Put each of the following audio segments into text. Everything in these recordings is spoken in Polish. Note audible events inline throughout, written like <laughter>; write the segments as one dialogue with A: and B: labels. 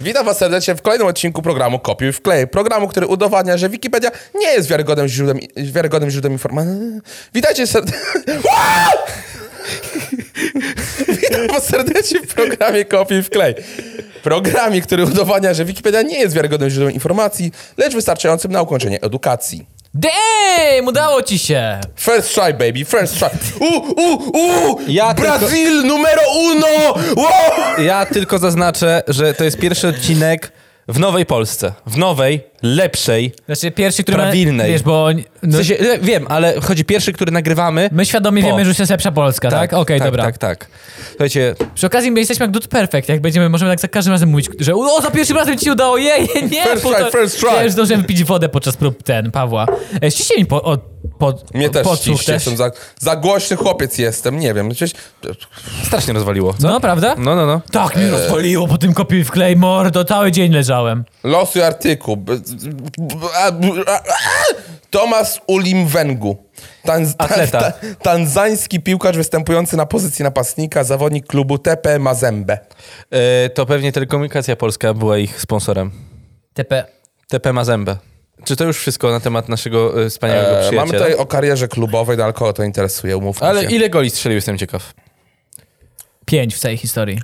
A: Witam Was serdecznie w kolejnym odcinku programu Kopiuj w klej. Programu, który udowadnia, że Wikipedia nie jest wiarygodnym źródłem, wiarygodnym źródłem informacji. Witajcie <laughs> serdecznie. <laughs> Witam Was serdecznie w programie Kopiuj w klej. Programie, który udowadnia, że Wikipedia nie jest wiarygodnym źródłem informacji, lecz wystarczającym na ukończenie edukacji.
B: Damn, udało ci się!
A: First try, baby, first try. U, u, u!
C: Ja
A: Brazil numero uno! Wow!
C: Ja tylko zaznaczę, że to jest pierwszy odcinek w nowej Polsce. W nowej, lepszej.
B: Znaczy pierwszy, który...
C: Prawilnej.
B: Ma, wiesz, bo... oni-
C: W
B: No,
C: sensie, le- wiem, ale chodzi pierwszy, który nagrywamy.
B: my świadomie
C: Po.
B: wiemy, że już jest lepsza Polska, tak? Okej,
C: tak,
B: dobra.
C: Tak, tak. Słuchajcie,
B: Przy okazji my jesteśmy jak Dude Perfect, jak będziemy, możemy tak za każdym razem mówić, że o, za pierwszym razem ci się udało, jej, <laughs> nie!
A: First
B: bo to-
A: try, first try.
B: Ja już zdążyłem pić wodę podczas prób ten, Pawła. E, ściście mi po, o, po,
A: Mnie też
B: podsłuch
A: ściście, jestem za, za głośny chłopiec jestem, nie wiem. Przecież,
C: strasznie rozwaliło. Co?
B: No, prawda?
C: No, no, no.
B: Tak mnie rozpaliło po tym kopiuj w klej, mordo, cały dzień leżałem.
A: Losuj artykuł. B- b- a- b- a- a- Tomasz Ulimwengu. Tanz,
C: Atleta.
A: tanzański piłkarz występujący na pozycji napastnika, zawodnik klubu TP Mazembe.
C: E, to pewnie Telekomunikacja Polska była ich sponsorem.
B: TP.
C: TP ma zębę. Czy to już wszystko na temat naszego e, wspaniałego
A: E,
C: przyjaciela?
A: mamy tutaj o karierze klubowej, no ale kogo to interesuje, umówmy
C: Ale
A: się.
C: ile goli strzelił, jestem ciekaw.
B: Pięć w całej historii.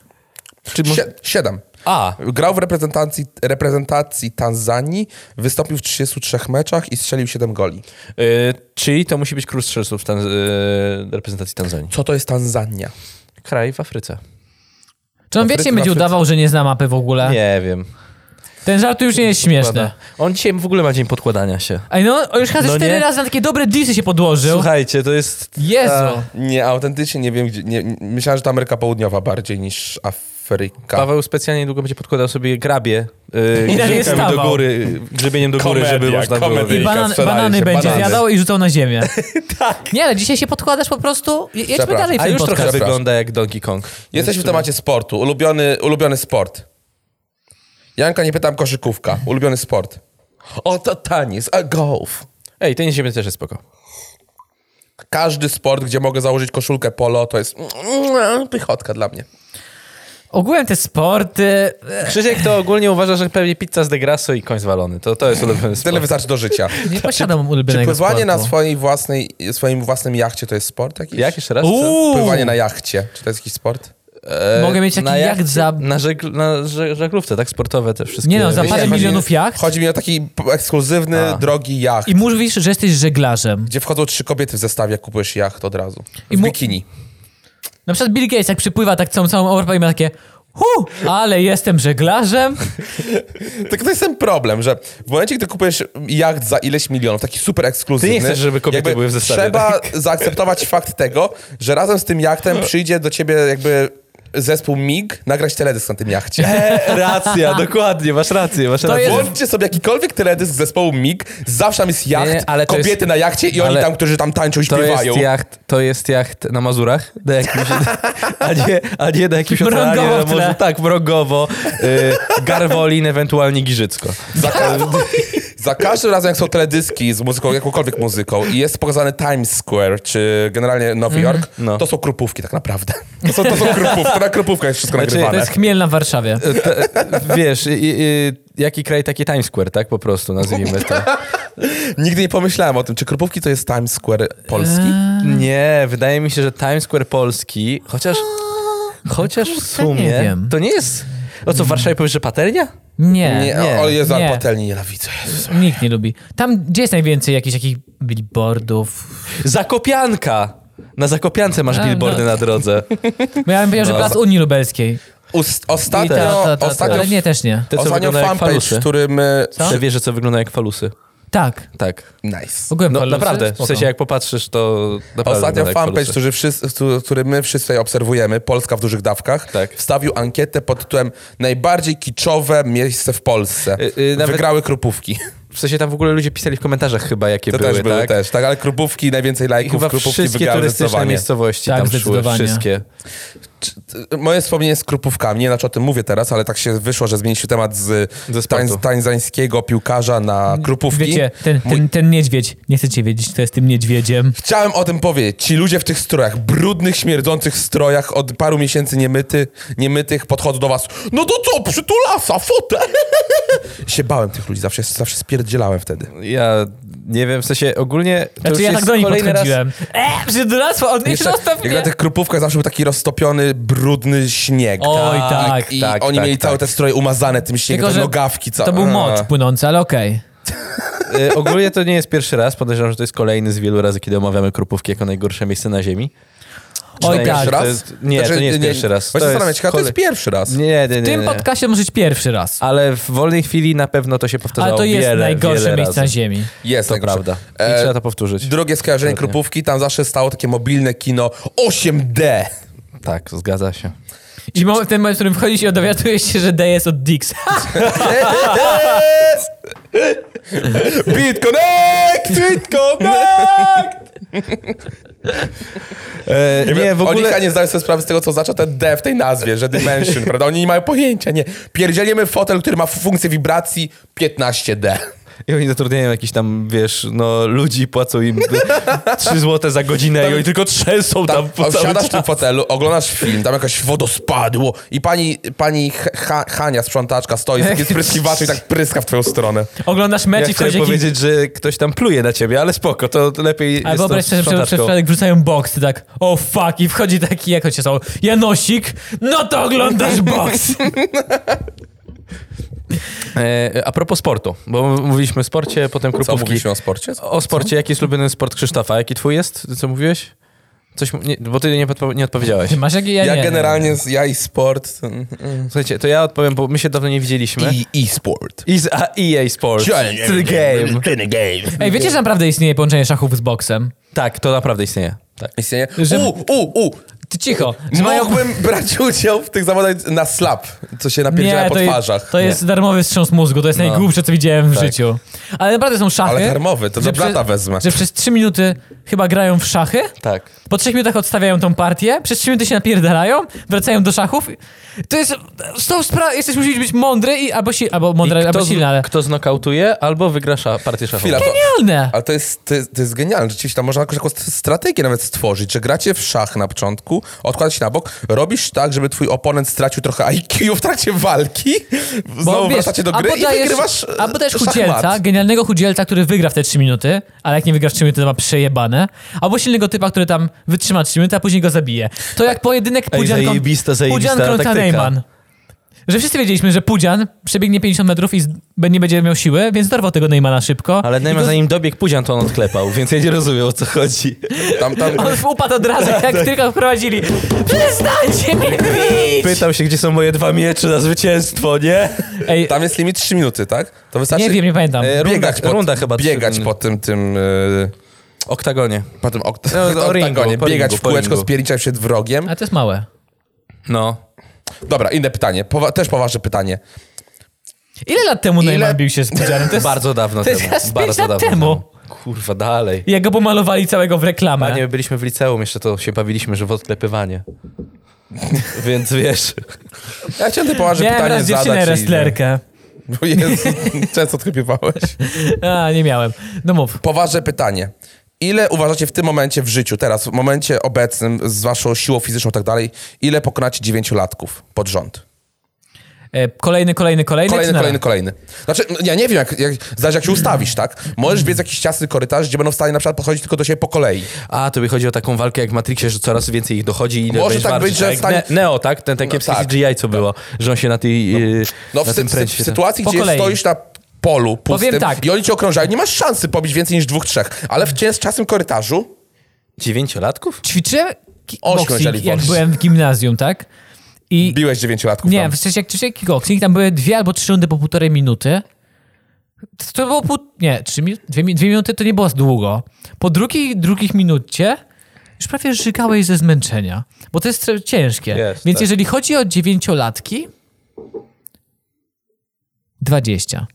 C: Czy może...
A: Sie- siedem.
C: A,
A: Grał w reprezentacji, reprezentacji Tanzanii, wystąpił w 33 meczach i strzelił 7 goli.
C: e, czyli to musi być król strzelców tan- e, reprezentacji Tanzanii.
A: Co to jest Tanzania?
C: Kraj w Afryce.
B: Czy on wiecznie będzie udawał, że nie zna mapy w ogóle?
C: Nie wiem.
B: Ten żart już nie jest
A: No.
B: śmieszny.
C: On dzisiaj w ogóle ma dzień podkładania się.
B: Ej, no, on już chyba ze
C: No
B: cztery
C: nie?
B: razy na takie dobre disy się podłożył.
C: Słuchajcie, to jest... e,
B: Jezu.
C: A,
A: Nie, autentycznie nie wiem gdzie. Nie, nie- myślałem, że to Ameryka Południowa bardziej niż Afryka.
C: Paweł specjalnie długo będzie podkładał sobie grabie yy,
B: I na nie
C: grzybkami do
B: stawał.
C: góry, grzybieniem do góry,
A: Komedia,
C: żeby można było...
A: komedyjka,
B: I banan,
A: staraj
B: banany
A: się,
B: będzie
A: banany.
B: zjadał i rzucał na ziemię. tak. Nie, ale dzisiaj się podkładasz po prostu. Je- Jedźmy
A: Przepraszam.
B: dalej w
C: A
B: ten
C: już
B: podcast.
C: trochę
A: Przepraszam.
C: wygląda jak Donkey Kong.
A: Jesteśmy w temacie sportu. Ulubiony, ulubiony sport. Janka, nie pytam, koszykówka. Ulubiony sport. O, to tenis, a golf.
C: Ej, ten ziemię też jest spoko.
A: Każdy sport, gdzie mogę założyć koszulkę polo, to jest mm, pychotka dla mnie.
B: Ogółem te sporty. e,
C: Krzysiek to ogólnie uważa, że pewnie pizza z degrasso i koń zwalony. To, to jest ulubiony
A: Tyle
C: sport.
A: wystarczy do
B: <laughs>
A: życia.
B: Nie posiadam
A: Czy
B: ulubionego
A: pływanie
B: sportu.
A: na swojej własnej, swoim własnym jachcie to jest sport jakiś?
C: Jak jeszcze raz? Co?
B: Uuu,
A: Pływanie na jachcie. Czy to jest jakiś sport?
C: E,
B: Mogę mieć taki
C: na
B: jacht za-
C: Na, żegl, na żeg- żaglówce, tak? Sportowe te wszystkie.
B: Nie no, za
C: Wiecie,
B: parę
A: chodzi-
B: milionów jacht.
A: Chodzi mi o taki p- ekskluzywny,
C: A.
A: drogi jacht.
B: I mówisz, że jesteś żeglarzem.
A: Gdzie wchodzą trzy kobiety w zestawie, jak kupujesz jacht od razu. W
B: I mu-
A: bikini.
B: Na przykład Bill Gates jak przypływa tak całą, całą Europę i ma takie Hu, ale jestem żeglarzem.
A: Tylko to jest ten problem, że w momencie, gdy kupujesz jacht za ileś milionów, taki super ekskluzywny...
C: Ty nie chcesz, żeby kobiety
A: jakby
C: były w zestawie, tak?
A: Trzeba
C: <laughs>
A: zaakceptować fakt tego, że razem z tym jachtem przyjdzie do ciebie jakby zespół MIG nagrać teledysk na tym jachcie.
C: E, racja, dokładnie, masz rację, masz rację.
B: jest-
A: Włączcie sobie jakikolwiek teledysk zespołu MIG, zawsze tam jest jacht,
C: Nie, nie, ale to
A: kobiety
C: jest-
A: na jachcie i oni
C: ale-
A: tam, którzy tam tańczą i
C: To
A: śpiewają.
C: jest, jacht, to jest jacht na Mazurach, na jakimś, <laughs> a, nie, a nie na jakimś
B: Mrogowo
C: oceanie,
B: w
C: na
B: tle.
C: morzu. Tak, mrogowo, y, Garwolin, ewentualnie Giżycko.
A: Za, ka- za każdym razem, jak są teledyski z muzyką, jakąkolwiek muzyką i jest pokazany Times Square, czy generalnie Nowy Jork,
C: No.
A: to są krupówki tak naprawdę. To są, to są krupówki, to na krupówkach jest wszystko
C: Znaczy,
A: nagrywane.
B: To jest chmielna w Warszawie.
C: Y, te- Wiesz, i, i, jaki kraj, taki Times Square, tak po prostu nazwijmy to.
A: Nigdy nie pomyślałem o tym, czy krupówki to jest Times Square polski?
C: Nie, wydaje mi się, że Times Square Polski, chociaż, chociaż w sumie,
B: nie wiem.
C: to nie jest... O co, w Warszawie powiesz, że patelnia?
B: Nie.
A: nie,
C: nie,
A: o Jezu,
B: nie.
A: ale patelni nienawidzę. Jezus.
B: Nikt nie lubi. Tam, gdzie jest najwięcej jakichś takich billboardów?
C: Zakopianka! Na Zakopiance masz
B: A,
C: billboardy
B: no.
C: na drodze.
B: Bo ja bym
C: No.
B: powiedział, że plac Unii Lubelskiej.
A: Ust,
B: I ta, ta, ta,
A: ostatnio,
B: ta,
A: ostatnio,
B: Ale nie, też nie.
C: Te, co
A: ostatnio
C: wyglądają jak
A: fanpage,
C: falusy.
A: w którym... y,
C: Te wieże, co wygląda jak falusy.
B: Tak.
C: Tak.
A: Nice.
B: Ogólnie
C: No
B: falusy?
C: naprawdę,
B: Spoko.
C: w sensie jak popatrzysz, to naprawdę
A: Ostatnio
C: wygląda jak
A: fanpage,
C: falusy.
A: który, wszyscy, który my wszyscy tutaj obserwujemy, Polska w dużych dawkach,
C: Tak.
A: wstawił ankietę pod tytułem najbardziej kiczowe miejsce w Polsce.
C: Y, y, nawet-
A: Wygrały krupówki.
C: W sensie tam w ogóle ludzie pisali w komentarzach chyba, jakie
A: To
C: były,
A: też były,
C: tak?
A: też, tak, ale Krupówki, najwięcej
C: I
A: lajków,
C: chyba
A: Krupówki
C: wszystkie
A: wygrały
C: turystyczne
A: zdecydowanie.
C: miejscowości
B: Tak,
C: tam szły,
B: zdecydowanie.
C: wszystkie.
A: moje wspomnienie z krupówkami, nie znaczy o tym mówię teraz, ale tak się wyszło, że zmienił się temat z
C: Ze sportu.
A: tańz, tańzańskiego piłkarza na krupówki.
B: Wiecie, ten,
A: Mój-
B: ten, ten niedźwiedź, nie chcecie wiedzieć, co jest tym niedźwiedziem.
A: Chciałem o tym powiedzieć. Ci ludzie w tych strojach, brudnych, śmierdzących strojach, od paru miesięcy niemyty, niemytych, podchodzą do was. No to co, przytulasa, fotę! <laughs> się bałem tych ludzi, zawsze, zawsze spierdzielałem wtedy.
C: Ja nie wiem, w sensie ogólnie to już
B: Znaczy ja
C: jest
B: tak do nich
C: kolejny raz...
B: podchodziłem. Eee, przyduractwo, odnieś zostaw
A: jak na
B: mnie!
A: tych krupówkach zawsze był taki roztopiony, brudny śnieg.
B: Oj, tak.
A: I
C: tak,
A: oni
C: tak,
A: mieli
C: tak.
A: całe te stroje umazane tym śniegiem,
B: Tylko,
A: te
B: że
A: nogawki. Ca-
B: To był mocz płynący, ale okej.
C: <laughs> Y, ogólnie to nie jest pierwszy raz, podejrzewam, że to jest kolejny z wielu razy, kiedy omawiamy Krupówki jako najgorsze miejsce na ziemi.
B: Oj,
C: to
B: tak.
C: pierwszy
A: Raz? Znaczy,
C: To jest, nie, to nie jest pierwszy raz.
A: Właśnie
C: to
A: zastanawiam się, chyba to jest
C: kolej-
A: pierwszy raz.
C: Nie, nie,
B: W
C: nie,
B: tym
C: nie.
B: podcaście może być pierwszy raz.
C: Ale w wolnej chwili na pewno to się powtarzało
B: Ale to jest
C: wiele,
B: najgorsze
C: wiele
B: miejsce na
C: razy.
B: ziemi.
A: Jest,
C: To
A: najgorsze.
C: prawda. I
A: E,
C: trzeba to powtórzyć.
A: Drogie skojarzenie
C: Dokładnie.
A: Krupówki, tam zawsze stało takie mobilne kino 8D.
C: Tak, zgadza się.
B: I moment, ten moment, w którym wchodzisz i dowiadujesz się, że D jest od Dix. <laughs>
A: <laughs> Beat Connect! Beat Connect!
C: E, nie, w
A: Oni chyba
C: ogóle...
A: nie zdają sobie sprawy z tego, co oznacza ten D w tej nazwie, że Dimension, prawda? Oni nie mają pojęcia, nie. Pierdzieliemy fotel, który ma funkcję wibracji 15D.
C: I oni zatrudniają jakichś tam, wiesz, no ludzi, płacą im 3 złote za godzinę i oni tylko trzęsą tam,
A: Tam,
C: po cały
A: Tak, siadasz w
C: czas.
A: tym fotelu, oglądasz film, tam jakaś wodospadło i pani, pani ha Hania, sprzątaczka, stoi z takim spryskiwaczem i tak pryska w twoją stronę.
B: Oglądasz mecz
C: Ja
B: i
C: chciałem
B: wchodzi jakiś...
C: powiedzieć, że ktoś tam pluje na ciebie, ale spoko, to to lepiej
B: Ale
C: jest
B: wyobraź sobie, że przez- przez przypadek wrzucają boks, ty tak, o oh, fuck, i wchodzi taki, jak chociaż są, Janosik, no to oglądasz boks.
C: e, A propos sportu, bo m- mówiliśmy o sporcie, potem
A: Co,
C: krupówki.
A: mówiliśmy o sporcie?
C: O sporcie, jaki jest ulubiony sport Krzysztofa? Jaki twój jest? Co mówiłeś? Coś, mu- nie, bo ty nie, podpo- nie
B: <laughs>
C: odpowiedziałeś.
B: Ty masz jakie? Ja,
A: Ja
B: nie.
A: generalnie, z- ja i sport...
C: Słuchajcie, to ja odpowiem, bo my się dawno nie widzieliśmy.
A: I e-sport.
C: I z a, EA Sports. To the game.
B: Ej, wiecie, że naprawdę istnieje połączenie szachów z boksem?
C: Tak, to naprawdę istnieje. Tak.
A: Istnieje?
B: Że-
A: U, u, u!
B: Ty cicho.
A: No,
B: że mają-
A: Mógłbym brać udział w tych zawodach na slap, co się napierdziela po
B: to, je-
A: twarzach. No. Tak.
B: to jest darmowy wstrząs mózgu, to jest najgłupsze, co widziałem w życiu. Ale naprawdę są szachy.
A: Ale darmowy, to
B: że
A: do blata
B: prze-
A: wezmę.
B: Że przez 3 minuty chyba grają w szachy,
C: Tak.
B: po 3 minutach odstawiają tą partię, przez 3 minuty się napierdalają, wracają do szachów. To jest... To spra- jesteś musisz być mądry i albo, si- albo mądry,
C: I
B: albo
C: kto,
B: silny, ale...
C: z, kto znokautuje, albo wygra sza, partię szachową.
A: Chwila, to,
B: Genialne!
A: ale to jest, to, jest- to jest genialne. Rzeczywiście tam można jakąś taką st- strategię nawet stworzyć, że gracie w szach na początku, odkładasz się na bok, robisz tak, żeby twój oponent stracił trochę IQ w trakcie walki, znowu wracacie do gry
B: albo
A: i
B: dajesz-
A: wygrywasz e,
B: Albo dajesz
A: szachmat.
B: chudzielca, genialnego chudzielca, który wygra w te 3 minuty, ale jak nie wygra w 3 minuty, to ma przejebane. Albo silnego typa, który tam wytrzyma 3 minuty, a później go zabije. To jak pojedynek
C: Ej,
B: Pudzian, kon-
C: zajebista, zajebista
B: Pudzian kontra
C: taktyka.
B: Neyman. Że wszyscy wiedzieliśmy, że Pudzian przebiegnie 50 metrów i z- b- nie będzie miał siły, więc dorwał tego Neymana szybko.
C: Ale Neymar
B: I go-
C: zanim dobiegł Pudzian, to on odklepał, więc ja nie rozumiem, o co chodzi.
A: Tam, tam,
B: On upadł od
A: <laughs>
B: razu, jak
A: Tak.
B: tylko wprowadzili. Przestańcie mnie bić!
C: Pytał się, gdzie są moje dwa miecze na zwycięstwo, nie?
B: Ej,
A: tam jest limit 3 minuty, tak? To wystarczy
B: nie wiem, nie pamiętam.
C: E, runda-
A: biegać, po,
C: runda chyba trzy
A: biegać
C: minuty.
A: po tym, tym... e,
C: Oktagonie.
A: po tym okt-
C: No, o ringu,
A: <laughs> oktagonie,
C: po
A: biegać
C: ringu,
A: w
C: po
A: kółeczko,
C: ringu.
A: spierniczać przed wrogiem.
B: A to jest małe.
C: No.
A: Dobra, inne pytanie, Powa- też poważne pytanie.
B: Ile lat temu
A: Ile-
B: Neyman bił się z Pudzianem? To jest
C: Bardzo dawno
B: to jest
C: temu.
B: teraz pięć
C: Bardzo
B: lat
C: dawno
B: temu.
C: Kurwa, dalej.
B: Jak go pomalowali całego w reklamę.
C: Panie, byliśmy w liceum, jeszcze to się bawiliśmy, że
A: <laughs>
C: w odklepywanie. Więc wiesz,
A: Ja chciałem te poważne
B: Miałem
A: pytanie
B: raz dziewczynę
A: zadać.
B: wrestlerkę.
A: I, <laughs> bo Jezu, często odkrypiwałeś.
B: A, nie miałem. No mów.
A: Poważne pytanie. Ile uważacie w tym momencie w życiu, teraz, w momencie obecnym, z waszą siłą fizyczną i tak dalej, ile pokonacie dziewięciolatków pod rząd?
B: E, kolejny, kolejny, kolejny. czy
A: Kolejny,
B: na-
A: kolejny, kolejny. Znaczy, no, ja nie wiem, jak, jak, zależy jak się ustawisz, tak? Możesz biec jakiś ciasny korytarz, gdzie będą w stanie na przykład podchodzić tylko do siebie po kolei.
C: a tobie chodzi o taką walkę jak w Matrixie, że coraz więcej ich dochodzi i
A: Może
C: będziesz
A: tak
C: walczyć,
A: być, że
C: jak
A: stań-
C: Ne- Neo, tak? Ten takie
A: No, tak.
C: CGI, co było, że on się na tej. No,
A: No
C: na
A: w, sy-
C: tym
A: w, sy- w
C: pręcie.
A: sytuacji,
B: Po
A: gdzie
B: kolei.
A: stoisz na polu pustym
B: Powiem tak.
A: i oni cię okrążają, nie masz szansy pobić więcej niż dwóch, trzech. Ale w cias- ciasnym korytarzu
C: Dziewięciolatków?
B: Ćwiczyłem
A: Ośmiu
B: kickboxing, jak
A: chcieli
B: byłem w gimnazjum, tak? I
A: biłeś dziewięciolatków
B: nie,
A: tam.
B: w sensie jak ćwiczyłem kickboxing, tam były dwie albo trzy rundy po półtorej minuty. To- To było pół... Nie, trzy minu... dwie, mi- dwie minuty to nie było długo. Po drugiej, drugich minucie już prawie żygałeś ze zmęczenia, bo to jest tr- ciężkie.
C: Jest,
B: Więc
C: tak.
B: jeżeli chodzi o dziewięciolatki... 20.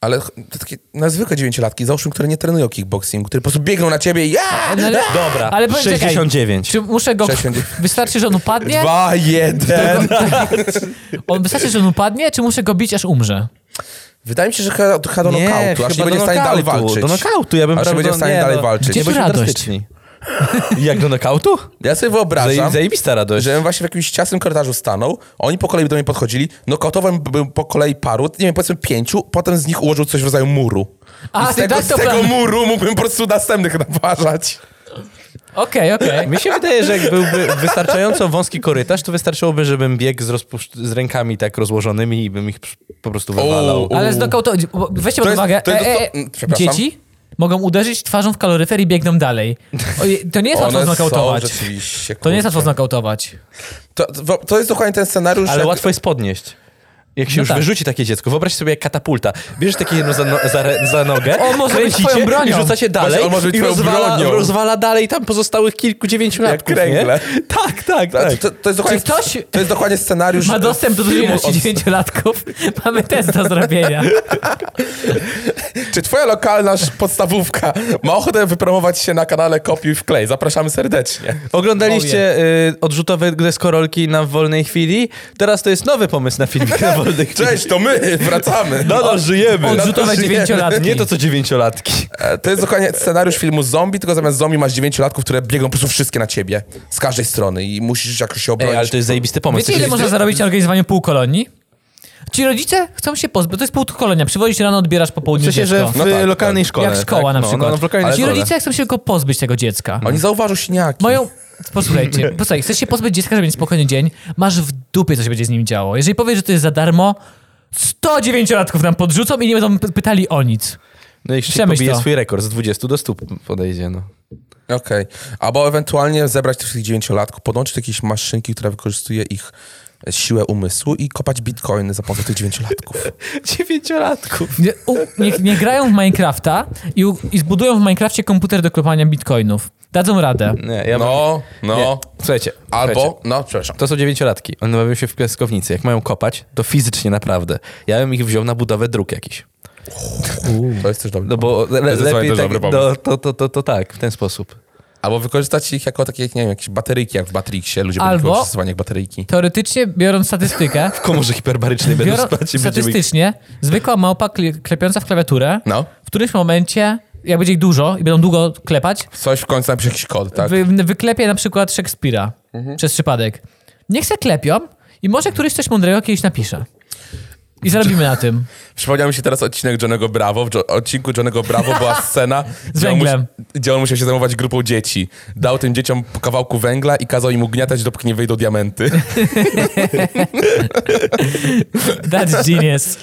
A: Ale ch- to takie na zwykłe dziewięciolatki, załóżmy, które nie trenują kickboxingu, które po prostu biegną na ciebie i ja!
B: No ale-
C: Dobra,
B: ale powiem, czekaj,
C: 69.
B: Czy muszę go...
A: 69.
B: Wystarczy, że on upadnie?
A: Dwa,
C: <laughs>
A: jeden.
B: <laughs> On, wystarczy, że on upadnie, czy muszę go bić, aż umrze?
A: Wydaje mi się, że chyba do chyba do
C: chyba
A: nokautu, aż nie
C: do
A: będzie w stanie dalej
C: nokautu,
A: walczyć.
C: Do nokautu, ja bym
A: Aż nie
C: brał
A: będzie
C: do-
A: w stanie
C: nie,
A: dalej
C: no.
A: walczyć.
B: Gdzie
A: Nie
B: tu
A: będzie-
B: radość?
C: drastyczni. <laughs> Jak do nokautu?
A: Ja sobie wyobrażam,
C: Zaje- Zajebista radość.
A: że ja bym właśnie w jakimś ciasnym korytarzu stanął, oni po kolei do mnie podchodzili, no nokautowałem bym po kolei paru, nie wiem, powiedzmy pięciu, potem z nich ułożył coś w rodzaju muru.
B: A,
A: I z
B: ty
A: tego,
B: tak
A: z
B: to
A: tego
B: plan-
A: muru mógłbym po prostu następnych naparzać.
B: Okej, okej.
C: Mi się wydaje, że jak byłby wystarczająco wąski korytarz, to wystarczyłoby, żebym biegł z, rozpuszcz- z rękami tak rozłożonymi i bym ich przy- po prostu wywalał.
A: O,
B: Ale z nokautu... Weźcie
A: To
B: pod
A: jest-
B: uwagę.
A: to jest-
B: e,
A: to-
B: e,
A: mm,
B: e,
A: przepraszam.
B: dzieci mogą uderzyć twarzą w kaloryfer i biegną dalej. Oj, To nie jest łatwo
A: One są
B: znokautować.
A: rzeczywiście,
B: To nie jest
A: kurczę.
B: łatwo znokautować.
A: To, to, to jest dokładnie ten scenariusz,
C: Ale
A: jak-
C: łatwo jest podnieść. Jak się
B: No
C: już
B: tak.
C: wyrzuci takie dziecko, wyobraź sobie jak katapulta. Bierzesz takie jedno za, no, za, re-
A: <laughs>
C: za nogę,
B: On może być
C: kręcicie
B: twoją bronią.
C: i rzucacie dalej
A: Właśnie, on może być
C: i
A: twoją
C: rozwala,
A: bronią.
C: rozwala dalej tam pozostałych kilku dziewięciolatków,
A: Jak kręgle.
C: nie? Tak, tak,
A: to,
C: tak.
A: to, to, jest dokładnie,
B: Czy ktoś-
A: to jest dokładnie scenariusz
B: <laughs> Ma dostęp do
A: filmu
B: drugiej
A: od-
B: 9-latków. <laughs> Mamy test do zrobienia.
A: Czy twoja lokalna sz- podstawówka ma ochotę wypromować się na kanale Kopiuj w klej? Zapraszamy serdecznie.
C: Oglądaliście y, odrzutowe deskorolki na wolnej chwili? Teraz to jest nowy pomysł na filmik <laughs> na wolnej chwili.
A: Cześć, to my,
C: <laughs>
A: wracamy.
C: Nadal żyjemy.
B: odrzutowe
C: Nadal żyjemy.
B: dziewięciolatki.
C: Nie to co dziewięciolatki.
A: E, To jest dokładnie scenariusz filmu zombie, tylko zamiast zombie masz dziewięciolatków, które biegną po prostu wszystkie na ciebie. Z każdej strony i musisz jakoś się obronić.
C: Ej, ale to jest zajebisty pomysł.
B: Wiecie, ile
C: Jesteś-
B: można zarobić na organizowaniu półkolonii? Ci rodzice chcą się pozbyć, to jest półkolonia. Przywozisz rano, odbierasz po południu
C: W sensie, że
B: dziecko.
C: w
A: No tak,
C: lokalnej
A: tak.
C: szkole.
B: Jak szkoła
C: tak,
B: na
C: no,
B: przykład.
C: No, no, w lokalnej
B: Ci
C: szkole.
B: rodzice chcą się tylko pozbyć tego dziecka.
A: Oni zauważą siniaki.
B: Mają...
C: <laughs>
B: Posłuchajcie, posłuchaj, chcesz się pozbyć dziecka, żeby mieć spokojny dzień, masz w dupie, co się będzie z nim działo. Jeżeli powiesz, że to jest za darmo, 109-latków nam podrzucą i nie będą p- pytali o nic.
C: No i szybko
B: Przemyśl
C: pobije
B: to.
C: swój rekord. Z 20 do 100 podejdzie, no.
A: Okej. Albo ewentualnie zebrać tych wszystkich dziewięciolatków, podłączyć do jakiejś maszynki, która wykorzystuje ich e, siłę umysłu i kopać bitcoiny za pomocą tych dziewięciolatków.
C: <laughs> Dziewięciolatków.
B: Nie, u, niech nie grają w Minecrafta i, u, i zbudują w Minecrafcie komputer do kopania bitcoinów. Dadzą radę.
C: Nie, <laughs> ja bym-
A: No, no.
C: Nie. Słuchajcie, słuchajcie.
A: Albo, no, przepraszam.
C: To są dziewięciolatki. One bawią się w piaskownicy. Jak mają kopać, to fizycznie naprawdę. Ja bym ich wziął na budowę dróg jakiś.
A: To jest też dobre.
C: No bo le,
A: jest
C: lepiej
A: też
C: tak,
A: dobry pomysł.
C: no, to, to, to, to tak, w ten sposób.
A: Albo wykorzystać ich jako takie, nie wiem, jakieś bateryjki, jak w Matrixie. Ludzie
B: Albo-
A: będą wykorzystywać jak bateryjki.
B: Teoretycznie, biorąc statystykę,
C: W komorze hiperbarycznej będą
B: biorą,
C: spać i będziemy... ich-
B: statystycznie, zwykła małpa kle- klepiąca w klawiaturę,
A: No.
B: w którymś momencie, jak będzie ich dużo i będą długo klepać,
A: Coś w końcu napisze jakiś kod, tak?
B: wy, wyklepie na przykład Szekspira
C: Mhm.
B: przez przypadek. Niech se klepią i może któryś coś mądrego kiedyś napisze. I zarobimy na
C: <laughs>
B: tym.
A: Przypomniał mi się teraz odcinek Johnego Bravo. W jo- odcinku Johnego Bravo
B: <laughs>
A: była scena, gdzie, on
B: węglem.
A: musi- gdzie on musiał się zajmować grupą dzieci. Dał tym dzieciom po kawałku węgla i kazał im ugniatać, dopóki nie wyjdą
B: <laughs>
A: diamenty.
B: That's genius.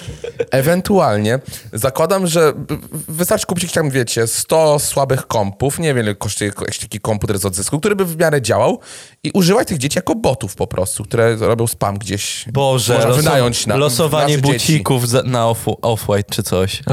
A: Ewentualnie zakładam, że b- wystarczy kupić jakiś tam, wiecie, 100 słabych kompów, nie wiem ile kosztuje jakiś taki komputer z odzysku, który by w miarę działał i używać tych dzieci jako botów po prostu, które robią spam gdzieś.
C: Boże,
A: Można
C: loso-
A: wynająć na
C: losowanie
A: nasze dzieci.
C: bucików za, na off- off-white czy coś.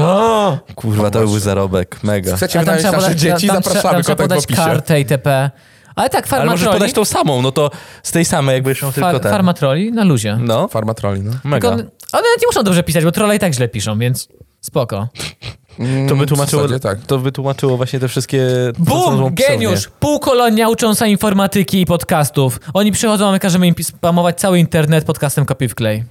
C: Kurwa, to byłby zarobek, mega.
A: Chcecie wynająć nasze
B: poda-
A: dzieci?
B: tam trzeba-
A: Zapraszamy,
B: tam trzeba
A: kontakt w
B: podać
A: opisie.
B: kartę itp. Ale tak,
C: tak Ale możesz
B: farmatroli,
C: podać tą samą, no to z tej samej jakby szło tylko
B: far,
C: ten.
B: farmatroli na luzie.
C: No,
A: Farmatroli, no.
C: mega.
B: Tylko on- one nawet nie muszą dobrze pisać, bo trolle i tak źle piszą, więc spoko.
C: To by,
A: w
C: tłumaczyło,
A: zasadzie tak.
C: to by tłumaczyło właśnie te wszystkie... to, co
B: Bum!
C: są
B: Geniusz!
C: psownie.
B: Pół kolonia ucząca informatyki i podcastów. Oni przychodzą, a my każemy im pis- spamować cały internet podcastem kopiuj w klej.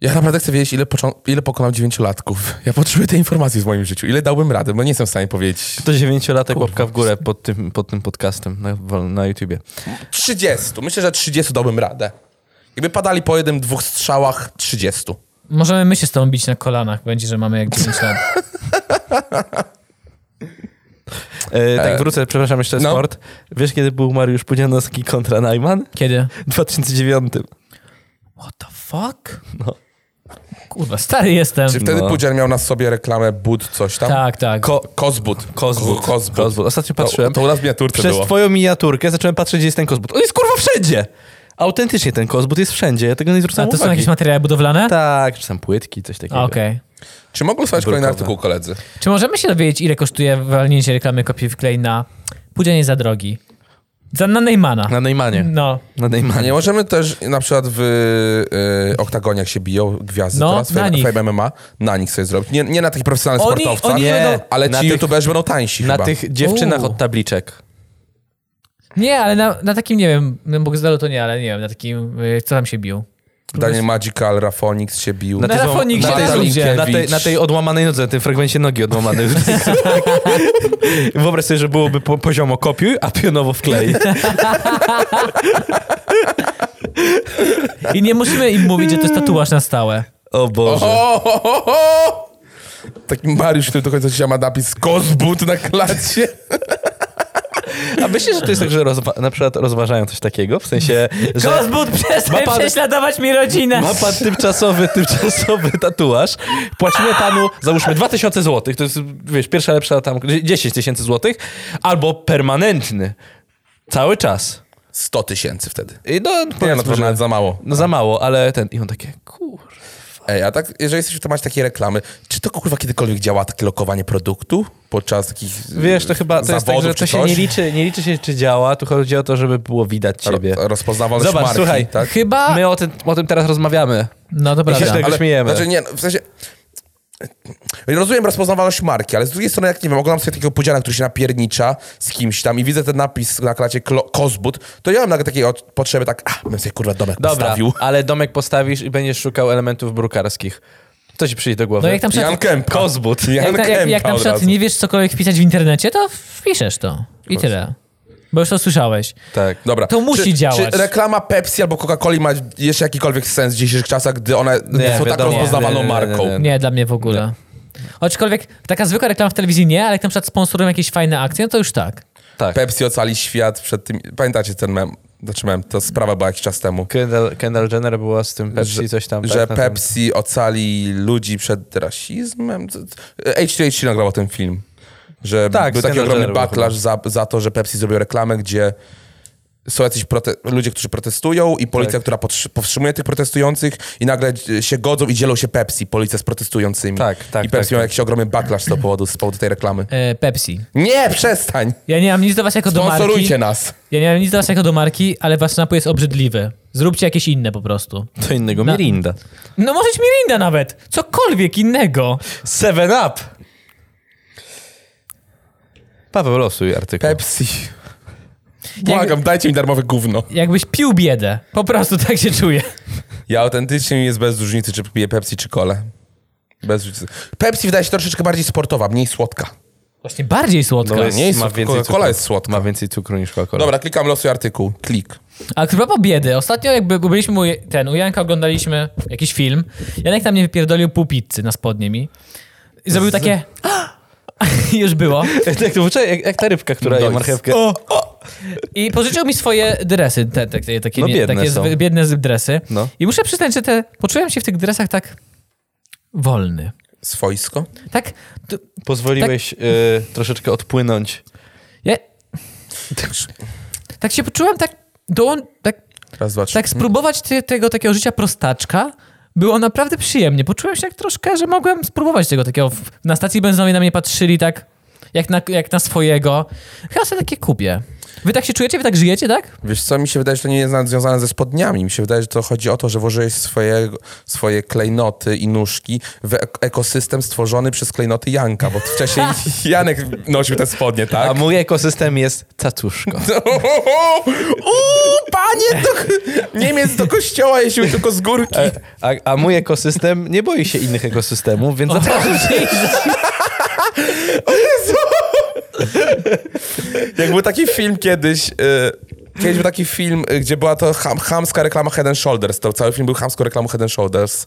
A: Ja naprawdę chcę wiedzieć, ile, począ- ile pokonał dziewięciolatków. Ja potrzebuję tej informacji w moim życiu. Ile dałbym rady, bo nie jestem w stanie powiedzieć.
C: To dziewięciolatek łapka w górę pod tym, pod tym podcastem na, wol- na YouTubie.
A: 30. Myślę, że 30 dałbym radę. Jakby padali po jednym, dwóch strzałach, 30.
B: Możemy my się z tobą bić na kolanach, będzie, że mamy jak 9 lat.
C: <laughs> E, tak, wrócę, przepraszam, jeszcze
A: no.
C: sport. Wiesz, kiedy był Mariusz Pudzianowski kontra Najman?
B: Kiedy?
C: W 2009.
B: What the fuck?
C: No.
B: Kurwa, stary jestem.
A: Czy wtedy
C: No.
A: Pudzian miał na sobie reklamę but coś tam?
B: Tak, tak.
A: Ko- kozbut.
C: Kozbut.
A: Ko- kozbut.
C: Kozbut. Ostatnio
A: To,
C: patrzyłem.
A: to u nas w miniaturce
C: Przez
A: było.
C: twoją miniaturkę zacząłem patrzeć, gdzie jest ten kozbut. On jest kurwa wszędzie! Autentycznie ten kozbut jest wszędzie, ja tego nie
B: A
C: zwracałem
B: to są
C: uwagi.
B: jakieś materiały budowlane?
C: Tak, czy tam płytki, coś
B: A,
C: takiego.
B: Okej.
A: Czy mogą słuchać kolejny
C: Brukowe.
A: artykuł koledzy?
B: Czy możemy się dowiedzieć, ile kosztuje walnięcie reklamy kopiuj w klej na Pudzianie za drogi? Za na Neymana.
C: Na Neymanie.
B: No.
C: Na
A: A
C: Neymanie.
A: nie możemy też na przykład w y, oktagoniach się biją gwiazdy
B: No,
A: teraz,
B: na
A: Fame,
B: nich.
A: Fame MMA, na nich sobie zrobić. Nie, nie na tych profesjonalnych
B: Oni-
A: sportowcach,
B: oni będą-
A: ale ci
C: Na tych-
A: youtuberzy będą tańsi
C: Na
A: chyba.
C: tych dziewczynach
B: Uuu.
C: od tabliczek.
B: Nie, ale na, na takim, nie wiem, na Boxdelu to nie, ale nie wiem, na takim, y, co tam się bił.
A: Daniel Magical, Rafonix się bił.
C: Na,
B: Na
C: tej-
B: telefonik
C: na,
A: się
C: tej-
A: też ludzie.
C: na, tej, na tej odłamanej nodze, na tym fragmencie nogi odłamanej. Wyobraź sobie, że byłoby po, poziomo kopiuj, a pionowo wklej.
B: I nie musimy im mówić, że to jest tatuaż na stałe.
C: O Boże.
A: O, ho, ho, ho! Taki Mariusz, który do końca dzisiaj ma napis Kozbut na klacie.
C: A myślisz, że to jest tak, że rozwa- na przykład rozważają coś takiego? W sensie, że...
B: Kozbut, przestań
C: Ma pan-
B: prześladować mi rodzinę!
C: Ma pan tymczasowy, tymczasowy tatuaż. Płacimy panu, załóżmy, 2000 zł. To jest, wiesz, pierwsza lepsza tam, 10 tysięcy złotych. Albo permanentny. Cały czas.
A: 100 tysięcy wtedy.
C: I no,
A: Nie,
C: powiedzmy,
A: no to
C: że-
A: nawet za mało.
C: No za mało, ale ten... I on takie, kur...
A: Ej, a tak, jeżeli jesteś w temacie takiej reklamy, czy to kurwa kiedykolwiek działa takie lokowanie produktu podczas takich
C: Wiesz, to chyba to jest tak,
A: zawodów
C: że
A: czy
C: to się
A: coś?
C: nie liczy, nie liczy się, czy działa. Tu chodzi o to, żeby było widać ciebie.
A: Ro- Rozpoznawalność
C: Zobacz,
A: marki,
C: słuchaj,
A: tak?
B: Chyba...
C: My o tym, o tym teraz rozmawiamy.
B: No to prawda.
C: się tak- tego śmiejemy.
A: Znaczy, nie, no, w sensie... Rozumiem rozpoznawalność marki, ale z drugiej strony, jak nie wiem, oglądam sobie takiego pudziana, który się napiernicza z kimś tam i widzę ten napis na klacie klo- Kozbut, to ja mam na takiej od- potrzeby tak, a, bym sobie kurwa domek
C: Dobra,
A: postawił.
C: ale domek postawisz i będziesz szukał elementów brukarskich. Co ci przyjdzie do głowy?
B: No jak tam przed-
A: Jan Kępa.
C: Kozbut.
A: Jan
B: Jak, na-
A: Kępa
B: jak, jak na
A: od
B: przykład
A: razu.
B: nie wiesz cokolwiek wpisać w internecie, to wpiszesz to. I tyle. Bo już to słyszałeś.
C: Tak.
A: Dobra.
B: To musi
A: czy,
B: działać.
A: Czy reklama Pepsi albo Coca-Coli ma jeszcze jakikolwiek sens w dzisiejszych czasach, gdy one są tak
C: wiadomo.
A: rozpoznawaną
C: Nie, nie, nie,
A: marką?
C: nie, nie.
B: Nie, dla mnie w ogóle. Aczkolwiek taka zwykła reklama w telewizji nie, ale jak na przykład sponsorują jakieś fajne akcje, no to już tak.
C: Tak.
A: Pepsi ocali świat przed tym... Pamiętacie ten mem? Znaczy mem, to sprawa była jakiś czas temu.
C: Kendall, Kendall Jenner była z tym Pepsi, coś tam.
A: że
C: tak, na tym-
A: Pepsi ocali ludzi przed rasizmem. Co- co- H3H3 nagrał ten film. Że
C: Tak,
A: był taki
C: Kendall
A: ogromny
C: Jenner był
A: backlash za, za to, że Pepsi zrobił reklamę, gdzie są jacyś prote- ludzie, którzy protestują i policja,
C: Tak.
A: która potrzy- powstrzymuje tych protestujących i nagle e, się godzą i dzielą się Pepsi, policja z protestującymi.
C: Tak, tak,
A: I Pepsi
C: tak,
A: miał
C: tak.
A: jakiś ogromny backlash z tego powodu, z powodu tej reklamy.
B: E, Pepsi.
A: Nie, przestań!
B: Ja nie mam nic do was jako do marki.
A: Sponsorujcie
C: No.
A: nas!
B: Ja nie mam nic do was jako do marki, ale wasz napój jest obrzydliwy. Zróbcie jakieś inne po prostu.
C: To innego
B: Na-
C: Mirinda.
B: No może być Mirinda nawet. Cokolwiek innego.
C: Seven Up! Paweł, losuj artykuł.
A: Pepsi. Błagam, dajcie mi darmowe gówno.
B: Jakbyś pił biedę. Po prostu tak się czuję.
A: Ja autentycznie mi jest bez różnicy, czy piję Pepsi, czy kole. Bez różnicy. Pepsi wydaje się troszeczkę bardziej sportowa, mniej słodka.
B: Właśnie bardziej słodka.
C: To
A: nie jest słodka, Coca-Cola
C: cukru.
A: jest słodka.
C: Ma więcej cukru niż Coca-Cola.
A: Dobra, klikam losuj artykuł. Klik.
B: A propos biedy, ostatnio jakby byliśmy u, ten, u Janka oglądaliśmy jakiś film, Janek tam mnie wypierdolił pół pizzy na spodnie mi i zrobił takie "Ah!" <laughs> już było
C: <laughs> Jak, to, wyczuję, jak, jak ta rybka, która je
A: Dojc.
C: marchewkę.
B: i pożyczył mi swoje dresy, te, te, te, takie,
C: No
B: nie,
C: biedne
B: takie z-
C: są.
B: biedne z- dresy
C: No.
B: i muszę przyznać, że te, poczułem się w tych dresach tak wolny.
A: Swojsko. <laughs>
B: Tak, to,
C: Pozwoliłeś y, troszeczkę odpłynąć.
B: ja, tak się poczułem tak, do, tak
A: Raz, dwa, trzy.
B: Tak spróbować ty, tego takiego życia prostaczka było naprawdę przyjemnie. Poczułem się tak troszkę, że mogłem spróbować tego takiego. w- Na stacji benzynowej na mnie patrzyli tak jak na, jak na swojego. Chyba sobie takie kupię. Wy tak się czujecie? Wy tak żyjecie, tak?
A: Wiesz co, mi się wydaje, że to nie jest nawet związane ze spodniami. Mi się wydaje, że to chodzi o to, że włożyłeś swoje, swoje klejnoty i nóżki w ek- ekosystem stworzony przez klejnoty Janka, bo wcześniej Janek nosił te spodnie, tak?
C: A mój ekosystem jest <laughs> tatuszko.
A: <laughs> Uuu, panie, do, Niemiec do kościoła, jeśli tylko z górki.
C: E, A, a mój ekosystem nie boi się innych ekosystemów, więc zapraszam cię.
A: Jak był taki film kiedyś. Y, kiedyś był taki film, y, gdzie była to ham, hamska reklama Head and Shoulders. To cały film był hamską reklamą Head and Shoulders.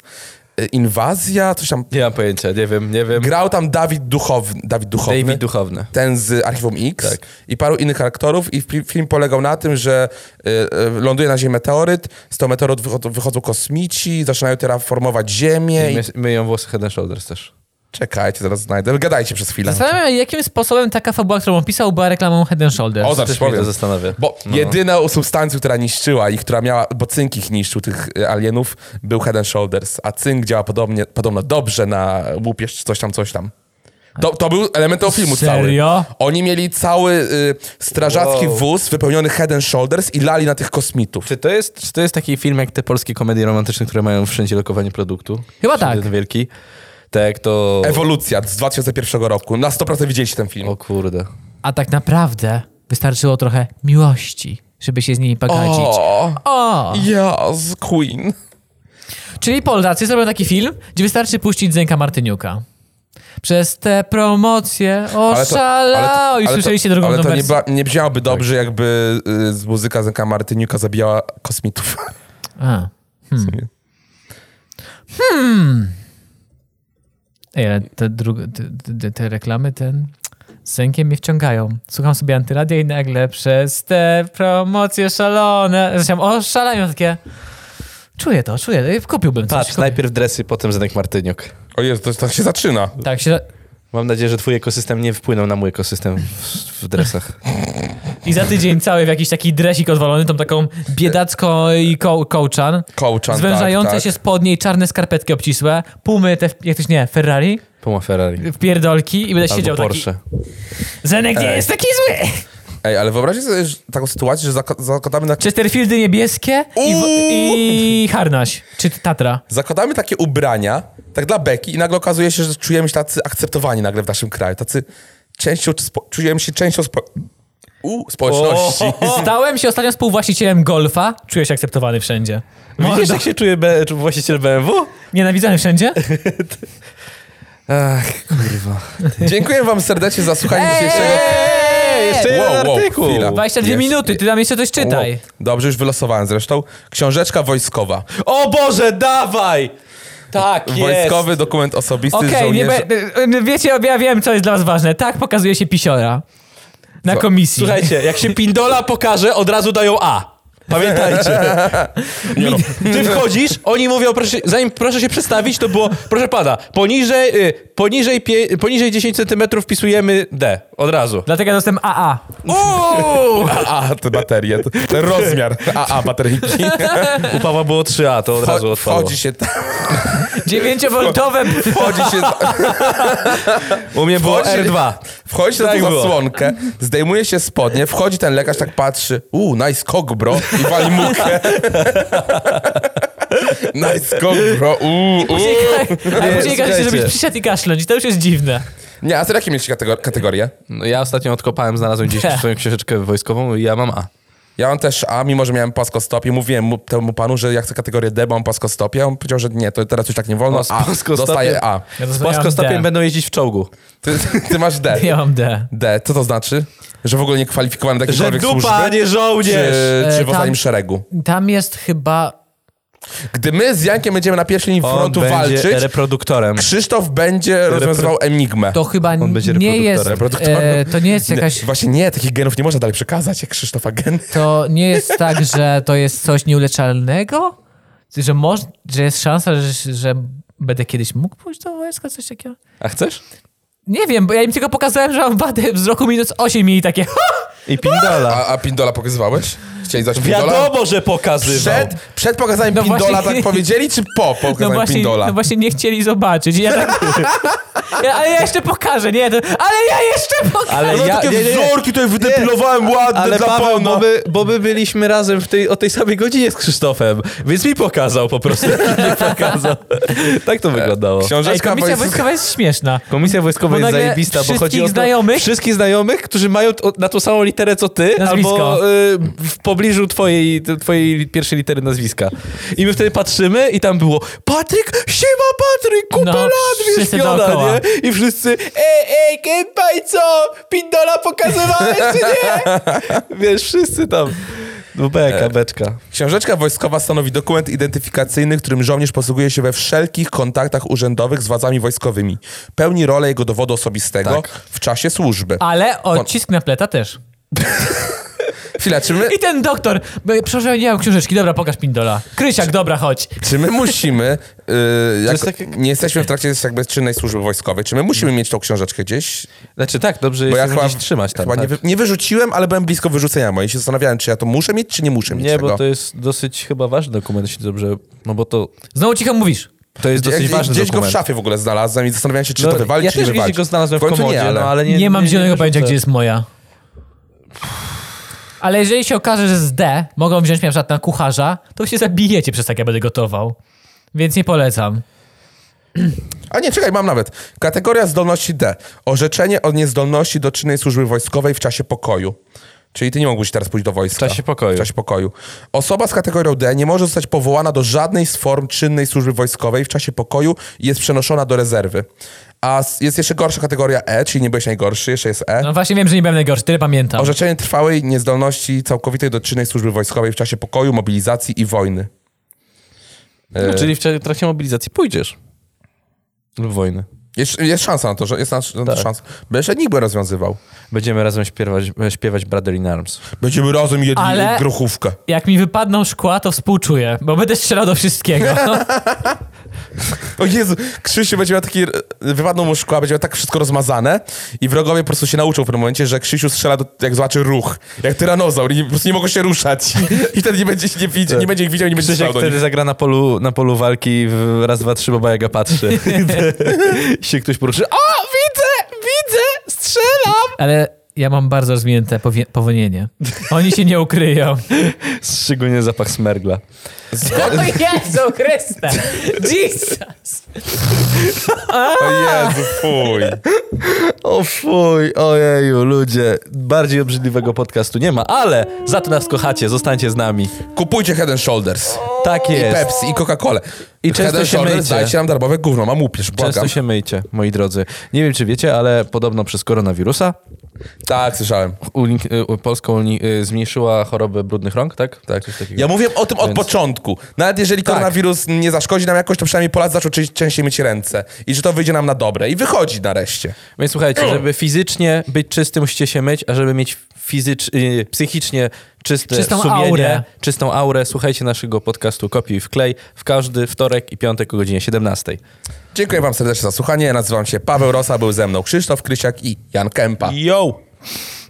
A: Y, inwazja, coś tam.
C: Nie mam pojęcia, nie wiem, nie wiem.
A: Grał tam Dawid Duchowny. Dawid Duchowny.
C: David Duchowny.
A: ten z Archiwum X
C: Tak.
A: i paru innych aktorów i fi- film polegał na tym, że y, y, ląduje na Ziemi meteoryt, z tą meteoryt wychodzą, wychodzą kosmici, zaczynają terraformować Ziemię i...
C: My, myją włosy Head and Shoulders też.
A: Czekajcie, zaraz znajdę. Gadajcie przez chwilę.
B: Zastanawiam się, jakim sposobem taka fabuła, którą opisał, była reklamą Head and Shoulders.
A: O, zawsze
C: Też mnie
A: powiem.
C: to zastanawia. No,
A: Bo jedyną substancją, która niszczyła i która miała, bo cynk ich niszczył, tych y, alienów, był Head and Shoulders, a cynk działa podobnie, podobno dobrze na łupież, coś tam, coś tam. To, to był element tego filmu
B: Serio?
A: cały. Oni mieli cały y, strażacki
C: Wow.
A: wóz wypełniony head and shoulders i lali na tych kosmitów.
C: Czy to, jest, czy to jest taki film jak te polskie komedie romantyczne, które mają wszędzie lokowanie produktu?
B: Chyba
C: Wszędzie
B: tak.
C: Ten wielki. Tak, to...
A: Ewolucja z 2001 roku. Na 100% widzieliście ten film.
C: O kurde.
B: A tak naprawdę wystarczyło trochę miłości, żeby się z nimi pogodzić.
A: O,
B: O!
A: yes, Queen.
B: Czyli Polacy zrobią taki film, gdzie wystarczy puścić Zenka Martyniuka. Przez te promocje oszalał i słyszeliście drugą
A: Ale
B: tą
A: to nie,
B: wersję.
A: ba, nie brzmiałoby dobrze, jakby y, z muzyka Zenka Martyniuka zabijała kosmitów.
B: A.
A: W
B: Hmm.
A: sumie.
B: Ej, ale te, drug- te, te, te reklamy ten z Zenkiem mnie wciągają. Słucham sobie antyradia i nagle przez te promocje szalone. Zresztą oszalają takie. Czuję to, czuję. Ej, Kupiłbym coś.
C: Patrz,
B: kupił-
C: najpierw dresy, potem Zenek Martyniuk.
A: <laughs> O Jezu, to tak się zaczyna.
B: Tak się.
C: Mam nadzieję, że twój ekosystem nie wpłynął na mój ekosystem w, w dresach.
B: I za tydzień cały w jakiś taki dresik odwalony, tą taką biedacką i ko- kołczan.
A: Kołczan,
B: Zwężające
A: tak, tak.
B: się spodnie i czarne skarpetki obcisłe, pumy te, w- jak to się nie, Ferrari,
C: Puma Ferrari.
B: w pierdolki i będę
C: Albo
B: siedział
C: Porsche.
B: taki, Zenek nie
A: Ej.
B: jest taki zły!
A: Ej, ale wyobraźcie sobie że taką sytuację, że zako- zakładamy, na,
B: Chesterfieldy niebieskie i, w- i harnaś, czy Tatra.
A: zakładamy takie ubrania, tak dla beki i nagle okazuje się, że czujemy się tacy akceptowani nagle w naszym kraju, tacy częścią, spo, czujemy się częścią spo, u, społeczności.
B: Stałem się ostatnio współwłaścicielem golfa, czuję się akceptowany wszędzie.
C: Widzisz, jak się czuje be- właściciel BMW?
B: Nienawidzony wszędzie?
C: Ach, kurwa.
A: Dziękuję wam serdecznie za słuchanie dzisiejszego...
C: Ej, jeszcze jeden
A: Wow, wow,
C: artykuł.
A: chwila.
B: 22
A: Jest,
B: minuty, ty tam jeszcze coś czytaj.
A: Wow. Dobrze, już wylosowałem zresztą. Książeczka wojskowa.
C: O Boże, dawaj! Tak jest.
A: Wojskowy dokument osobisty
B: Okej, nie
A: żołnierza...
B: be- y, wiecie, ja wiem, co jest dla was ważne. Tak pokazuje się pisiora na
A: Co?
B: komisji.
C: Słuchajcie, jak się Pindola pokaże, od razu dają A. Pamiętajcie.
A: Nie no.
C: Ty wchodzisz, oni mówią, proszę, zanim proszę się przedstawić, to było, proszę pana, poniżej, y, poniżej, pie, poniżej 10 cm wpisujemy D. Od razu.
B: Dlatego ja dostałem AA.
A: Uuu! A, a, te baterie. to- Ten rozmiar. A, a, bateryjki.
C: U Pawła było 3A, to od razu
A: Wcho-
C: odpadło.
A: Wchodzi się... ta-
C: <laughs>
B: 9-woltowe
A: Wchodzi się...
C: U mnie było
A: Wchodzi-
C: R2.
A: Wchodzi na
C: Tak
A: tą
C: było.
A: zasłonkę, zdejmuje się spodnie, wchodzi ten lekarz, tak patrzy, uuu, nice cock, bro, i wali muchę. <laughs> nice cock, bro, uuu, uuu.
B: Ale później każe się,
C: słuchajcie.
B: żebyś przyszedł i kaszląć. I to już jest dziwne.
A: Nie, a ty jakie mieliście kategor- kategorie?
C: No, ja ostatnio odkopałem, znalazłem gdzieś
B: He.
C: swoją książeczkę wojskową i ja mam A.
A: Ja mam też A, mimo że miałem płaskostopie, mówiłem mu, temu panu, że ja chcę kategorię D, bo mam płaskostopie, a on powiedział, że nie, to teraz już tak nie wolno,
C: O, z
A: a,
C: płaskostopiem.
A: dostaję A.
B: Ja
C: Z
B: dostałem
C: płaskostopiem
B: D.
C: będą jeździć w czołgu.
A: Ty, ty masz D.
B: Ja mam D.
A: D, co to znaczy? Że w ogóle nie kwalifikowany do
C: Że
A: jakiejkolwiek
C: dupa,
A: służby?
C: nie
A: Czy,
C: żołnierz!
A: czy
B: E,
A: w
B: tam-
A: ostatnim szeregu?
B: Tam jest chyba...
A: Gdy my z Jankiem będziemy na pierwszej linii
C: On
A: frontu
C: będzie
A: walczyć,
C: reproduktorem.
A: Krzysztof będzie rozwiązywał enigmę.
B: To chyba
C: On będzie
B: nie jest...
C: reproduktorem.
B: E, to nie jest jakaś...
A: Właśnie nie, takich genów nie można dalej przekazać, jak Krzysztofa gen.
B: To nie jest tak, że to jest coś nieuleczalnego? Że, moż, że jest szansa, że, że będę kiedyś mógł pójść do wojska? Coś takiego?
C: A chcesz?
B: Nie wiem, bo ja im tylko pokazałem, że mam wadę wzroku minus 8 i takie... <laughs> no
C: I Pindola.
A: A, a Pindola pokazywałeś? Chcieli dać Pindola?
C: Wiadomo, że pokazywał.
A: Przed, przed pokazaniem
B: No
A: Pindola
B: właśnie-
A: tak powiedzieli, czy po
B: <laughs> No
A: pokazaniu
B: właśnie,
A: Pindola?
B: no właśnie nie chcieli zobaczyć. I Ja
C: <laughs>
B: tak, ja, ale ja jeszcze pokażę, nie? To, ale ja jeszcze pokażę!
C: Ale
A: No
C: ja,
A: takie
C: nie, nie, nie.
A: wzorki tutaj wydepilowałem ładne
C: Ale
A: dla
C: Paweł,
A: pana.
C: bo my, bo my byliśmy razem w tej, o tej samej godzinie z Krzysztofem, więc mi pokazał po prostu. <laughs> nie pokazał. Tak
A: E,
C: to wyglądało.
B: Ej,
A: Książeczka
B: komisja
A: wojskowa.
B: wojskowa No, jest śmieszna.
C: Komisja wojskowa
B: Bo
C: jest
B: nagle
C: zajebista, bo chodzi o
B: wszystkich
C: to,
B: znajomych-
C: wszystkich znajomych, którzy mają t- na tą samą literę co ty,
B: Nazwisko.
C: albo y, w pobliżu twojej, t- twojej li- pierwszej litery nazwiska. I my wtedy patrzymy i tam było Patryk, siema Patryk, kupę
B: No,
C: lat, wiesz,
B: wszyscy
C: Fiona,
B: dookoła.
C: nie? I wszyscy, ej, ej, gębaj co? Pindola pokazywałeś, czy <laughs> nie? Wiesz, wszyscy tam. No
A: E,
C: beka, beczka.
A: Książeczka wojskowa stanowi dokument identyfikacyjny, którym żołnierz posługuje się we wszelkich kontaktach urzędowych z władzami wojskowymi. Pełni rolę jego dowodu osobistego
C: Tak.
A: w czasie służby.
B: Ale odcisk na pleta też.
A: Chwila, czy my,
B: I ten doktor, bo ja- przepraszam, ja nie mam książeczki, dobra, pokaż Pindola. Krysiak, dobra, chodź.
A: Czy my musimy, y, jak,
C: jest tak-
A: nie jesteśmy w trakcie jakby czynnej służby wojskowej, czy my musimy mieć tą książeczkę gdzieś?
C: Znaczy tak, dobrze
A: Bo
C: jest
A: ja
C: ja
A: chyba,
C: gdzieś trzymać tam.
A: chyba
C: tak.
A: nie, wy, nie wyrzuciłem, ale byłem blisko wyrzucenia, bo ja się zastanawiałem, czy ja to muszę mieć, czy nie muszę mieć
C: Nie,
A: tego.
C: bo to jest dosyć chyba ważny dokument, jeśli dobrze. No bo to.
B: Znowu cicho mówisz.
C: To jest dosyć
A: Gdzie-
C: ważny
A: Gdzieś
C: dokument.
A: go w szafie w ogóle znalazłem i zastanawiałem się, czy to
C: Dobra,
A: wywalić,
C: ja
A: czy nie
C: też
A: wywalić.
C: gdzieś go znalazłem w,
A: końcu
C: komodzie,
A: nie, ale...
C: no, ale nie...
B: Nie, mam zielonego
C: wyrzucę.
B: pojęcia, gdzie jest moja. Ale jeżeli się okaże, że z D mogą wziąć mnie na przykład na kucharza, to się zabijecie przez tak, jak będę gotował. Więc nie polecam.
A: A nie, czekaj, mam nawet. Kategoria zdolności D. Orzeczenie o niezdolności do czynnej służby wojskowej w czasie pokoju. Czyli ty nie mógłbyś teraz pójść do wojska.
C: W czasie pokoju.
A: W czasie pokoju. Osoba z kategorią D nie może zostać powołana do żadnej z form czynnej służby wojskowej w czasie pokoju i jest przenoszona do rezerwy. A s- jest jeszcze gorsza kategoria E, czyli nie byłeś najgorszy, jeszcze jest E.
B: No właśnie wiem, że nie byłem najgorszy, tyle pamiętam.
A: Orzeczenie trwałej niezdolności całkowitej do czynnej służby wojskowej w czasie pokoju, mobilizacji i wojny.
C: No, czyli w cza- trakcie mobilizacji pójdziesz. Lub wojny.
A: Jest, jest szansa na to, że jest na, na to
C: Tak.
A: szansa. Będziesz nikt rozwiązywał.
C: Będziemy razem śpiewać, e, śpiewać Brother in Arms.
A: Będziemy razem jedli
B: Ale-
A: grochówkę.
B: Jak mi wypadną szkła, to współczuję, bo będę strzelał do <laughs> wszystkiego.
A: O Jezu, Krzysiu będzie miał taki, e, wypadną mu szkła, będzie miał tak wszystko rozmazane i wrogowie po prostu się nauczą w tym momencie, że Krzysiu strzela, do, jak zobaczy ruch, jak tyranozaur i nie- po prostu nie mogą się ruszać. <laughs> I wtedy nie będzie, nie, widzi, nie będzie ich widział i nie będzie
C: Krzysiek
A: strzelał do
C: wtedy
A: nich.
C: zagra na polu, na polu walki w raz, dwa, trzy, bo Jaga <laughs> patrzy. I się ktoś poruszy. O, widzę, widzę, strzelam!
B: Ale ja mam bardzo rozwinięte powie- powonienie. Oni się nie ukryją.
C: Szczególnie zapach smergla.
B: O Jezu <laughs> Chryste! Jesus!
A: O Jezu, fuj.
C: O fuj, ojeju, ludzie. Bardziej obrzydliwego podcastu nie ma, ale za to nas kochacie, zostańcie z nami.
A: Kupujcie Head and Shoulders,
C: Tak jest.
A: Pepsi i Coca-Colę.
C: I często
A: Head and
C: się
A: Shoulders,
C: myjcie.
A: dajcie nam darmowe gówno, mam łupież, błagam.
C: Często się myjcie, moi drodzy. Nie wiem, czy wiecie, ale podobno przez koronawirusa
A: Tak, słyszałem.
C: Unik- y, u- Polska uni- y, zmniejszyła chorobę brudnych rąk, tak? Tak.
A: Ja mówiłem o tym od
C: Więc-
A: początku. Nawet jeżeli koronawirus nie zaszkodzi nam jakoś, to przynajmniej Polacy zaczął czę- częściej myć ręce. I że to wyjdzie nam na dobre. I wychodzi nareszcie.
C: Więc słuchajcie, żeby fizycznie być czysty, musicie się myć, a żeby mieć fizycz- y, psychicznie czyste
B: Czystą
C: sumienie,
B: aurę.
C: czystą aurę, słuchajcie naszego podcastu Kopiuj w klej w każdy wtorek i piątek o godzinie 17.
A: Dziękuję wam serdecznie za słuchanie. Ja nazywam się Paweł Rosa, był ze mną Krzysztof Krysiak i Jan Kępa.
C: Yo!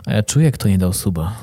B: A ja czuję, kto nie dał suba.